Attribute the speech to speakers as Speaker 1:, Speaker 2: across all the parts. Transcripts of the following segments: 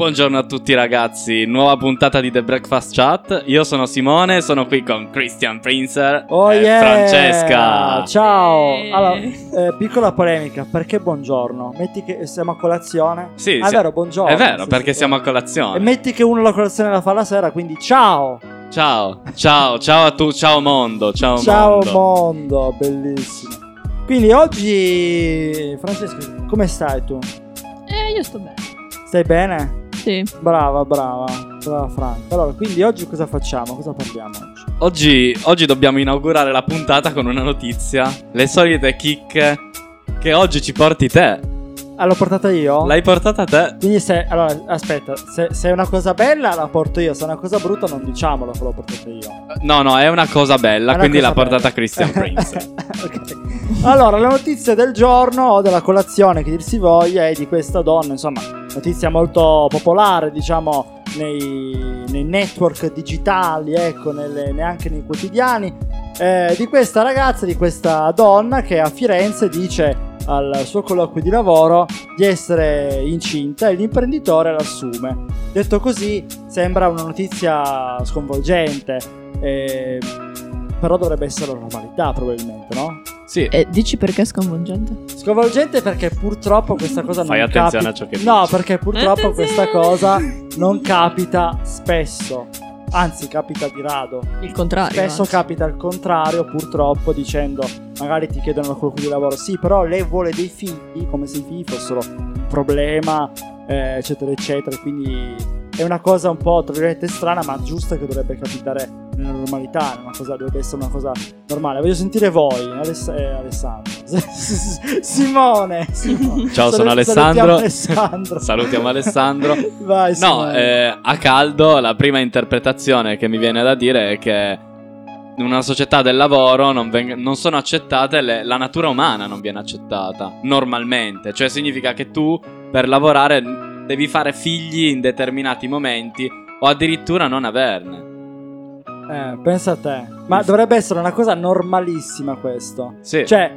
Speaker 1: Buongiorno a tutti ragazzi, nuova puntata di The Breakfast Chat. Io sono Simone, sono qui con Christian Prinzer
Speaker 2: Oh
Speaker 1: e
Speaker 2: yeah!
Speaker 1: Eh, Francesca.
Speaker 2: Ciao!
Speaker 3: Sì.
Speaker 2: Allora, eh, piccola polemica, perché buongiorno? Metti che siamo a colazione?
Speaker 1: Sì,
Speaker 2: Ah, è
Speaker 1: sì,
Speaker 2: vero, buongiorno.
Speaker 1: è vero,
Speaker 2: Sì,
Speaker 1: perché
Speaker 2: sì.
Speaker 1: siamo a
Speaker 2: E
Speaker 1: colazione.
Speaker 2: metti che uno la colazione la fa la sera, quindi ciao!
Speaker 1: Ciao, ciao, ciao a tu, ciao mondo, ciao,
Speaker 2: Ciao
Speaker 1: mondo.
Speaker 2: mondo, bellissimo. Quindi oggi, Francesca, come stai tu?
Speaker 3: Eh, io sto bene.
Speaker 2: Stai bene?
Speaker 3: Sì.
Speaker 2: Brava, brava, brava Franca. Allora, quindi oggi cosa facciamo? Cosa parliamo oggi?
Speaker 1: Oggi, oggi dobbiamo inaugurare la puntata con una notizia, le solite chicche che oggi ci porti te.
Speaker 2: Ah, l'ho portata io?
Speaker 1: L'hai portata te?
Speaker 2: Quindi se, allora, aspetta, se, se è una cosa bella la porto io, se è una cosa brutta non diciamolo che l'ho portata io.
Speaker 1: No, no, è una cosa bella,
Speaker 2: È una
Speaker 1: quindi
Speaker 2: cosa
Speaker 1: l'ha portata
Speaker 2: bella.
Speaker 1: Christian Prince.
Speaker 2: Ok. Allora, la notizia del giorno o della colazione che dir si voglia è di questa donna, insomma, notizia molto popolare, diciamo, nei, nei network digitali, ecco, nelle- neanche nei quotidiani, eh, di questa ragazza, di questa donna che a Firenze dice al suo colloquio di lavoro di essere incinta e l'imprenditore l'assume. Detto così, sembra una notizia sconvolgente, eh, però dovrebbe essere la normalità probabilmente, no?
Speaker 1: Sì,
Speaker 3: E dici perché è sconvolgente?
Speaker 2: Sconvolgente perché purtroppo questa cosa
Speaker 1: Fai
Speaker 2: non
Speaker 1: attenzione
Speaker 2: capita.
Speaker 1: a ciò che
Speaker 2: No,
Speaker 1: dici.
Speaker 2: perché
Speaker 3: Eh,
Speaker 2: purtroppo questa cosa non capita spesso. Anzi, capita di rado.
Speaker 3: Il contrario.
Speaker 2: Spesso
Speaker 3: anzi.
Speaker 2: capita il contrario, purtroppo, dicendo magari ti chiedono quello di lavoro. Sì, però lei vuole dei figli, come se i figli fossero un problema, eh, eccetera, eccetera. Quindi è una cosa un po' tra virgolette strana, ma giusta che dovrebbe capitare nella normalità. è Una cosa, dovrebbe essere una cosa normale. Voglio sentire voi, Aless- eh, Alessandro. Simone, Simone.
Speaker 1: Ciao, sono
Speaker 2: Salut-
Speaker 1: Alessandro.
Speaker 2: salutiamo Alessandro.
Speaker 1: Salutiamo Alessandro.
Speaker 2: Vai,
Speaker 1: No,
Speaker 2: Simone.
Speaker 1: eh, a caldo la prima interpretazione che mi viene da dire è che in una società del lavoro non, veng- non sono accettate, le- la natura umana non viene accettata normalmente, cioè significa che tu per lavorare devi fare figli in determinati momenti o addirittura non averne.
Speaker 2: Eh, pensa a te. Ma dovrebbe essere una cosa normalissima questo.
Speaker 1: Sì,
Speaker 2: Cioè,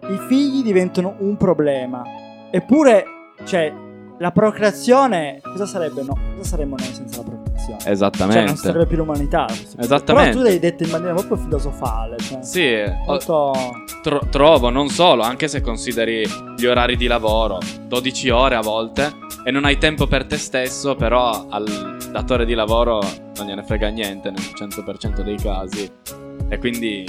Speaker 2: i figli diventano un problema. Eppure, cioè, la procreazione. Cosa sarebbe? No, cosa saremmo noi senza la procreazione? Cioè, non
Speaker 1: esattamente.
Speaker 2: sarebbe più l'umanità. Però
Speaker 1: Esattamente.
Speaker 2: tu l'hai detto in maniera proprio filosofale. Cioè,
Speaker 1: sì, o-
Speaker 2: molto.
Speaker 1: tro- trovo, non solo, anche se consideri gli orari di lavoro, 12 ore a volte, e non hai tempo per te stesso, però al datore di lavoro non gliene frega niente nel 100% dei casi. E quindi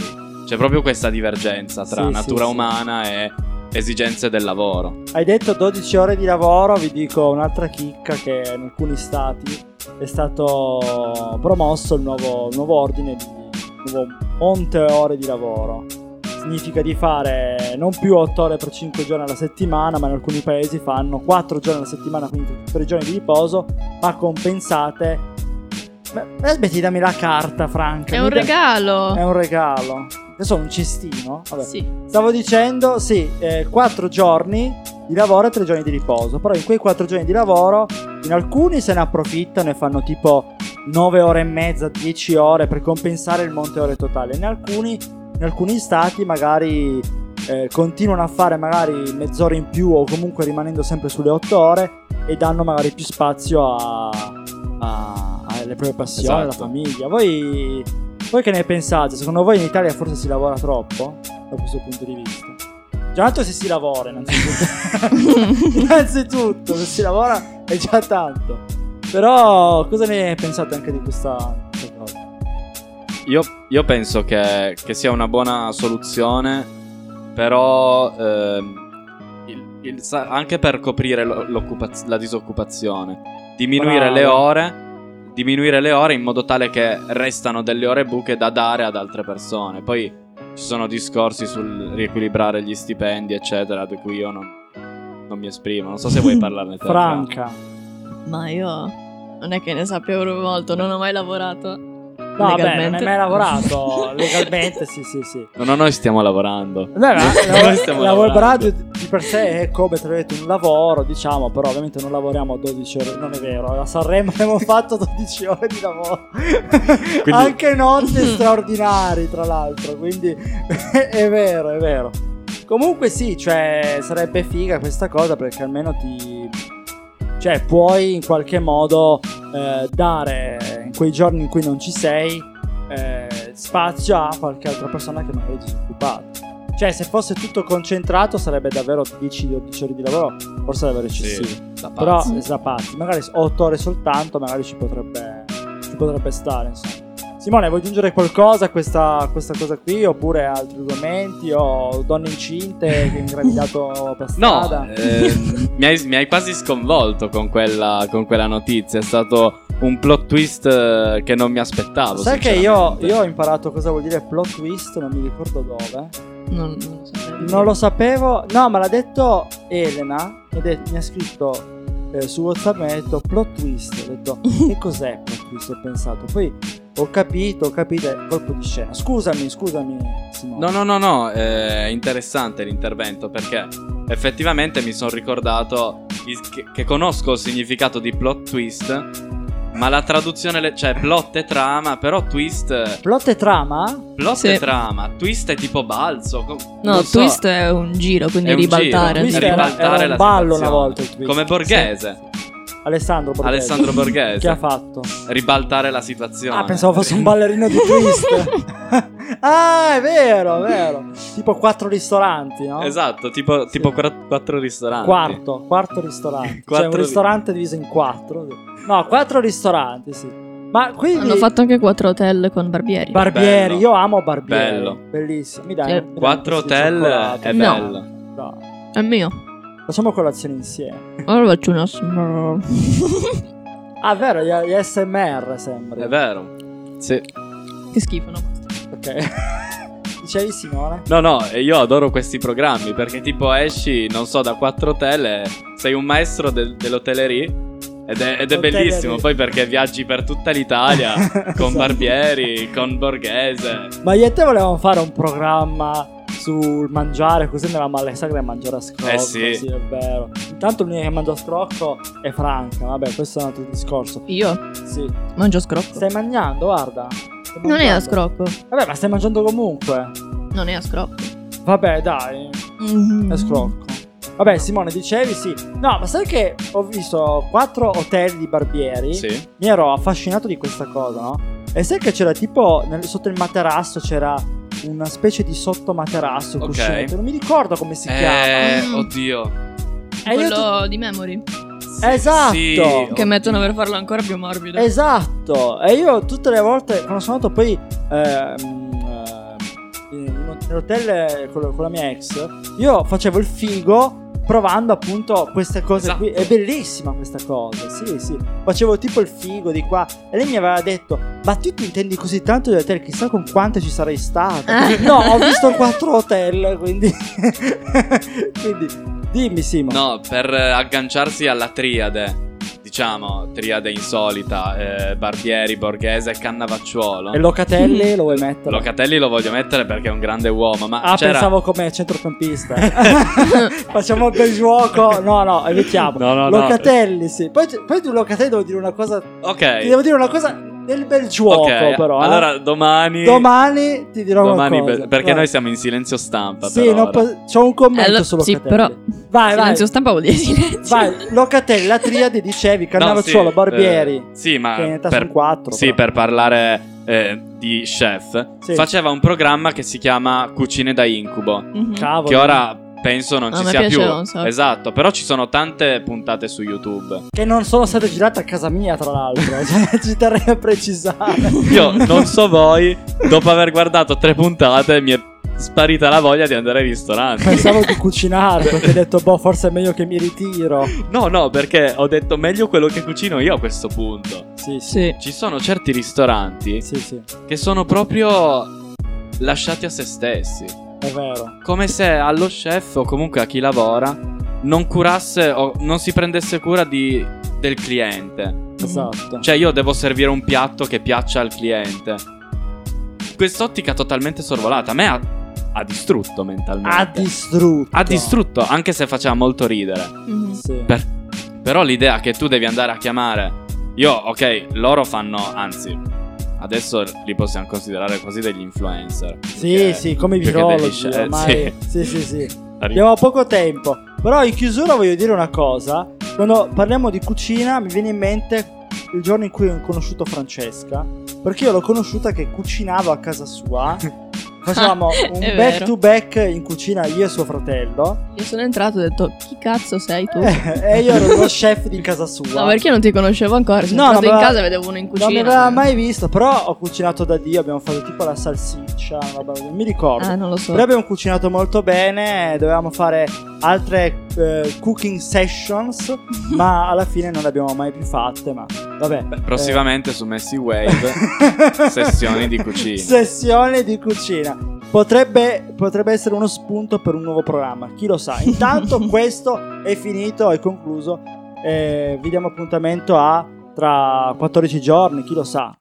Speaker 1: c'è proprio questa divergenza tra
Speaker 2: Sì, sì,
Speaker 1: natura
Speaker 2: sì.
Speaker 1: umana e esigenze del lavoro.
Speaker 2: Hai detto 12 ore di lavoro. Vi dico un'altra chicca che in alcuni stati è stato promosso il nuovo, il nuovo ordine di il nuovo monte ore di lavoro. Significa di fare non più 8 ore per 5 giorni alla settimana, ma in alcuni paesi fanno 4 giorni alla settimana, quindi 3 giorni di riposo, ma compensate. Beh, eh, smetti, dammi la carta, Franca.
Speaker 3: È
Speaker 2: mi
Speaker 3: un
Speaker 2: dai-
Speaker 3: regalo.
Speaker 2: È un regalo. Adesso ho un cestino. Vabbè.
Speaker 3: Sì.
Speaker 2: Stavo dicendo, sì, eh, 4 giorni di lavoro e 3 giorni di riposo. Però in quei 4 giorni di lavoro, in alcuni se ne approfittano e fanno tipo 9 ore e mezza, 10 ore per compensare il monte ore totale. In alcuni, in alcuni stati magari eh, continuano a fare magari mezz'ora in più o comunque rimanendo sempre sulle 8 ore e danno magari più spazio a, a- alle proprie passioni, alla
Speaker 1: Esatto.
Speaker 2: famiglia. Voi, voi che ne pensate? Secondo voi in Italia forse si lavora troppo? da questo punto di vista. Già tanto se si lavora, innanzitutto. innanzitutto, se si lavora è già tanto. Però cosa ne pensate anche di questa questa cosa?
Speaker 1: Io, io penso che, che sia una buona soluzione, però ehm, il- il sa- anche per coprire lo- l'occupaz- la disoccupazione, diminuire
Speaker 2: Bravo.
Speaker 1: le ore. Diminuire le ore in modo tale che restano delle ore buche da dare ad altre persone. Poi ci sono discorsi sul riequilibrare gli stipendi, eccetera, di cui io non, non mi esprimo. Non so se vuoi parlarne te. Franco.
Speaker 2: Franca.
Speaker 3: Ma io non è che ne sapevo proprio molto, non ho mai lavorato. No,
Speaker 2: No, vabbè, non hai mai lavorato legalmente, sì, sì, sì.
Speaker 1: No, no, noi stiamo lavorando.
Speaker 2: Beh, ma
Speaker 1: Noi stiamo
Speaker 2: la web
Speaker 1: lavorando.
Speaker 2: radio di per sé è come tra virgolette un lavoro, diciamo, però ovviamente non lavoriamo 12 ore, non è vero, a Sanremo abbiamo fatto 12 ore di lavoro, anche notti straordinari tra l'altro, quindi è vero, è vero. Comunque sì, cioè sarebbe figa questa cosa perché almeno ti, Cioè, puoi in qualche modo eh, dare in quei giorni in cui non ci sei eh, spazio a qualche altra persona che magari è disoccupata. Cioè, se fosse tutto concentrato sarebbe davvero 10-12 ore di lavoro, forse davvero eccessivo.
Speaker 1: da pazzi.
Speaker 2: Però
Speaker 3: Sì.
Speaker 2: eh, da pazzi, magari 8 ore soltanto, magari ci potrebbe, ci potrebbe stare. Insomma. Simone, vuoi aggiungere qualcosa a questa, a questa cosa qui? Oppure altri argomenti? O donne incinte che hai ingravitato per strada?
Speaker 1: No, ehm, mi, hai, mi hai quasi sconvolto con quella, con quella notizia. È stato un plot twist eh, che non mi aspettavo.
Speaker 2: Sai che io,
Speaker 1: sinceramente.
Speaker 2: io ho imparato cosa vuol dire plot twist, non mi ricordo dove.
Speaker 3: Non, non lo sapevo.
Speaker 2: Non lo sapevo. No, me l'ha detto Elena. Mi ha, det- mi ha scritto eh, su WhatsApp mi ha detto plot twist. Ho detto che cos'è plot twist? Ho pensato. Poi ho capito, ho capito. è Colpo di scena. Scusami, scusami. Simone.
Speaker 1: No, no, no, no, è interessante l'intervento perché effettivamente mi sono ricordato il- che, che conosco il significato di plot twist, ma la traduzione, le- cioè plot e trama, però twist,
Speaker 2: Plot e trama?
Speaker 1: plot
Speaker 3: Sì.
Speaker 1: e trama, twist è tipo balzo. co-
Speaker 3: No,
Speaker 1: non so,
Speaker 3: twist è un giro, quindi
Speaker 1: È un giro,
Speaker 3: ribaltare.
Speaker 1: quindi
Speaker 2: Twist
Speaker 3: sì.
Speaker 1: ribaltare.
Speaker 2: era, era un
Speaker 1: la
Speaker 2: ballo una
Speaker 1: situazione.
Speaker 2: volta. il twist.
Speaker 1: Come borghese,
Speaker 2: Alessandro Borghese.
Speaker 1: Alessandro Borghese.
Speaker 2: Che ha fatto?
Speaker 1: ribaltare la situazione.
Speaker 2: Ah, pensavo fosse un ballerino di twist. ah, è vero, è vero. Tipo quattro ristoranti, no?
Speaker 1: Esatto, tipo,
Speaker 2: Sì.
Speaker 1: tipo quattro, quattro ristoranti.
Speaker 2: Quarto, quarto ristorante.
Speaker 1: Quattro
Speaker 2: Cioè un
Speaker 1: ri-
Speaker 2: ristorante diviso in quattro. No, quattro ristoranti, sì. Ma quindi
Speaker 3: Hanno fatto anche quattro hotel con barbieri.
Speaker 2: Barbieri,
Speaker 1: Bello.
Speaker 2: io amo Barbieri.
Speaker 1: Bello.
Speaker 2: Bellissimo. Mi dai
Speaker 3: Cioè,
Speaker 2: mi dai
Speaker 1: Quattro
Speaker 2: un pezzo di
Speaker 1: hotel
Speaker 2: cioccolato?
Speaker 1: è
Speaker 3: No.
Speaker 1: bello.
Speaker 2: No.
Speaker 3: È mio.
Speaker 2: Facciamo colazione insieme.
Speaker 3: Allora faccio una smr-
Speaker 2: Ah, è vero, gli, gli SMR sembra.
Speaker 1: È vero. Sì.
Speaker 3: Che schifo, no? Basta.
Speaker 2: Ok. Dicevi Simone?
Speaker 1: No, no, e io adoro questi programmi perché tipo esci, non so, da quattro hotel e sei un maestro del- dell'hotellerie ed è, ed è
Speaker 2: Hotellerie.
Speaker 1: bellissimo poi perché viaggi per tutta l'Italia con
Speaker 2: Esatto.
Speaker 1: Barbieri, con Borghese.
Speaker 2: Ma io e te volevamo fare un programma sul mangiare, così andiamo alle sagre a mangiare a scrocco.
Speaker 1: Eh sì.
Speaker 2: è vero. Intanto l'unica che mangia a scrocco è Franca. Vabbè, questo è un altro discorso.
Speaker 3: Io
Speaker 2: Sì.
Speaker 3: mangio scrocco.
Speaker 2: Stai mangiando, guarda. Stai
Speaker 3: Non è a
Speaker 2: mangiando.
Speaker 3: scrocco.
Speaker 2: Vabbè, ma stai mangiando comunque.
Speaker 3: Non è a scrocco.
Speaker 2: Vabbè, dai, è scrocco. Vabbè, Simone, dicevi sì. No, ma sai che ho visto quattro hotel di barbieri?
Speaker 1: Sì.
Speaker 2: Mi ero affascinato di questa cosa, no? E sai che c'era tipo nel- sotto il materasso c'era una specie di sottomaterasso,
Speaker 1: Ok.
Speaker 2: cuscinetto. Non mi ricordo come si chiama.
Speaker 1: Eh,
Speaker 3: Mm.
Speaker 1: oddio.
Speaker 2: E io ti-
Speaker 3: Quello di memory.
Speaker 2: Esatto.
Speaker 1: Sì,
Speaker 3: Che
Speaker 1: oddio.
Speaker 3: mettono per farlo ancora più morbido.
Speaker 2: Esatto, e io tutte le volte quando sono andato poi ehm, eh, in- nell'hotel con, con la mia ex, io facevo il figo provando appunto queste cose
Speaker 1: Esatto.
Speaker 2: qui. È bellissima questa cosa, sì, sì. Facevo tipo il figo di qua e lei mi aveva detto "Ma tu ti intendi così tanto di hotel, chissà con quante ci sarai stato". no, ho visto quattro hotel, quindi quindi dimmi Simo.
Speaker 1: No, per eh, agganciarsi alla triade, diciamo, triade insolita, eh, Barbieri, Borghese e Cannavacciuolo.
Speaker 2: E Locatelli lo vuoi mettere?
Speaker 1: Locatelli lo voglio mettere perché è un grande uomo, ma
Speaker 2: Ah,
Speaker 1: c'era...
Speaker 2: pensavo come centrocampista. Facciamo un bel gioco. No, no, evitiamo.
Speaker 1: No, no, no.
Speaker 2: Locatelli, sì. Poi, poi tu, Locatelli, devo dire una cosa.
Speaker 1: Ok.
Speaker 2: Ti devo dire una cosa del bel gioco,
Speaker 1: Ok,
Speaker 2: però. eh.
Speaker 1: Allora, domani.
Speaker 2: domani ti dirò
Speaker 1: domani
Speaker 2: qualcosa.
Speaker 1: per- perché
Speaker 2: Vai.
Speaker 1: noi siamo in silenzio stampa.
Speaker 2: Sì,
Speaker 1: per
Speaker 2: non
Speaker 1: ora.
Speaker 2: po- c'ho un commento
Speaker 3: Allora,
Speaker 2: su
Speaker 3: sì,
Speaker 2: Locatelli.
Speaker 3: però.
Speaker 2: Vai, vai.
Speaker 3: silenzio stampa vuol dire silenzio.
Speaker 2: Vai, Locatelli, la triade, dicevi,
Speaker 1: No,
Speaker 2: Cannavacciuolo,
Speaker 1: sì,
Speaker 2: Barbieri.
Speaker 1: eh, sì, ma.
Speaker 2: che in realtà
Speaker 1: per,
Speaker 2: sono quattro.
Speaker 1: sì,
Speaker 2: però.
Speaker 1: per parlare eh, di chef.
Speaker 2: Sì.
Speaker 1: Faceva un programma che si chiama Cucine da incubo.
Speaker 3: Mhm.
Speaker 2: Cavolo.
Speaker 1: Che ora penso non
Speaker 3: No,
Speaker 1: ci
Speaker 3: mi
Speaker 1: sia più.
Speaker 3: piaceva un sacco.
Speaker 1: Esatto, però ci sono tante puntate su YouTube.
Speaker 2: Che non sono state girate a casa mia, tra l'altro. Cioè, ci terrei a precisare.
Speaker 1: Io non so voi, dopo aver guardato tre puntate, mi è sparita la voglia di andare ai ristoranti.
Speaker 2: Pensavo di cucinare perché ho detto, boh, forse è meglio che mi ritiro.
Speaker 1: No, no, perché ho detto meglio quello che cucino io a questo punto.
Speaker 2: Sì, sì.
Speaker 3: Sì.
Speaker 1: Ci sono certi ristoranti
Speaker 2: Sì, sì,
Speaker 1: che sono proprio lasciati a se stessi.
Speaker 2: è vero.
Speaker 1: Come se allo chef o comunque a chi lavora non curasse o non si prendesse cura di- del cliente.
Speaker 2: Esatto.
Speaker 1: Cioè io devo servire un piatto che piaccia al cliente. Quest'ottica totalmente sorvolata. A me ha, ha distrutto mentalmente.
Speaker 2: ha distrutto.
Speaker 1: eh, ha distrutto, anche se faceva molto ridere.
Speaker 3: Mhm.
Speaker 2: Sì.
Speaker 1: Per- però l'idea che tu devi andare a chiamare. Io, ok, loro fanno. Anzi, adesso li possiamo considerare quasi degli influencer.
Speaker 2: Sì,
Speaker 1: eh, Perché-
Speaker 2: sì, come i
Speaker 1: più che
Speaker 2: virologi
Speaker 1: degli sci- eh,
Speaker 2: ormai. Sì, sì, sì.
Speaker 1: Arri-
Speaker 2: Abbiamo poco tempo. Però in chiusura voglio dire una cosa. Quando parliamo di cucina mi viene in mente il giorno in cui ho conosciuto Francesca, perché io l'ho conosciuta che cucinava a casa sua. Facevamo un
Speaker 3: è
Speaker 2: back
Speaker 3: vero.
Speaker 2: to back in cucina io e suo fratello
Speaker 3: Io sono entrato e ho detto, chi cazzo sei tu?
Speaker 2: Eh, e io ero lo chef di casa sua.
Speaker 3: No, perché io non ti conoscevo ancora. Sono
Speaker 2: No,
Speaker 3: entrato
Speaker 2: ma-
Speaker 3: in casa e vedevo uno in cucina.
Speaker 2: Non mi aveva mai visto, però ho cucinato da Dio, abbiamo fatto tipo la salsiccia, vabbè, non mi ricordo.
Speaker 3: Ah, non lo so.
Speaker 2: Però abbiamo cucinato molto bene, dovevamo fare altre eh, cooking sessions, ma alla fine non le abbiamo mai più fatte, ma vabbè.
Speaker 1: Beh, prossimamente su Messi Wave.
Speaker 2: Eh.
Speaker 1: sessioni di cucina.
Speaker 2: Sessioni di cucina. Potrebbe, potrebbe essere uno spunto per un nuovo programma, chi lo sa. Intanto questo è finito, è concluso. Eh, vi diamo appuntamento a tra 14 giorni, chi lo sa.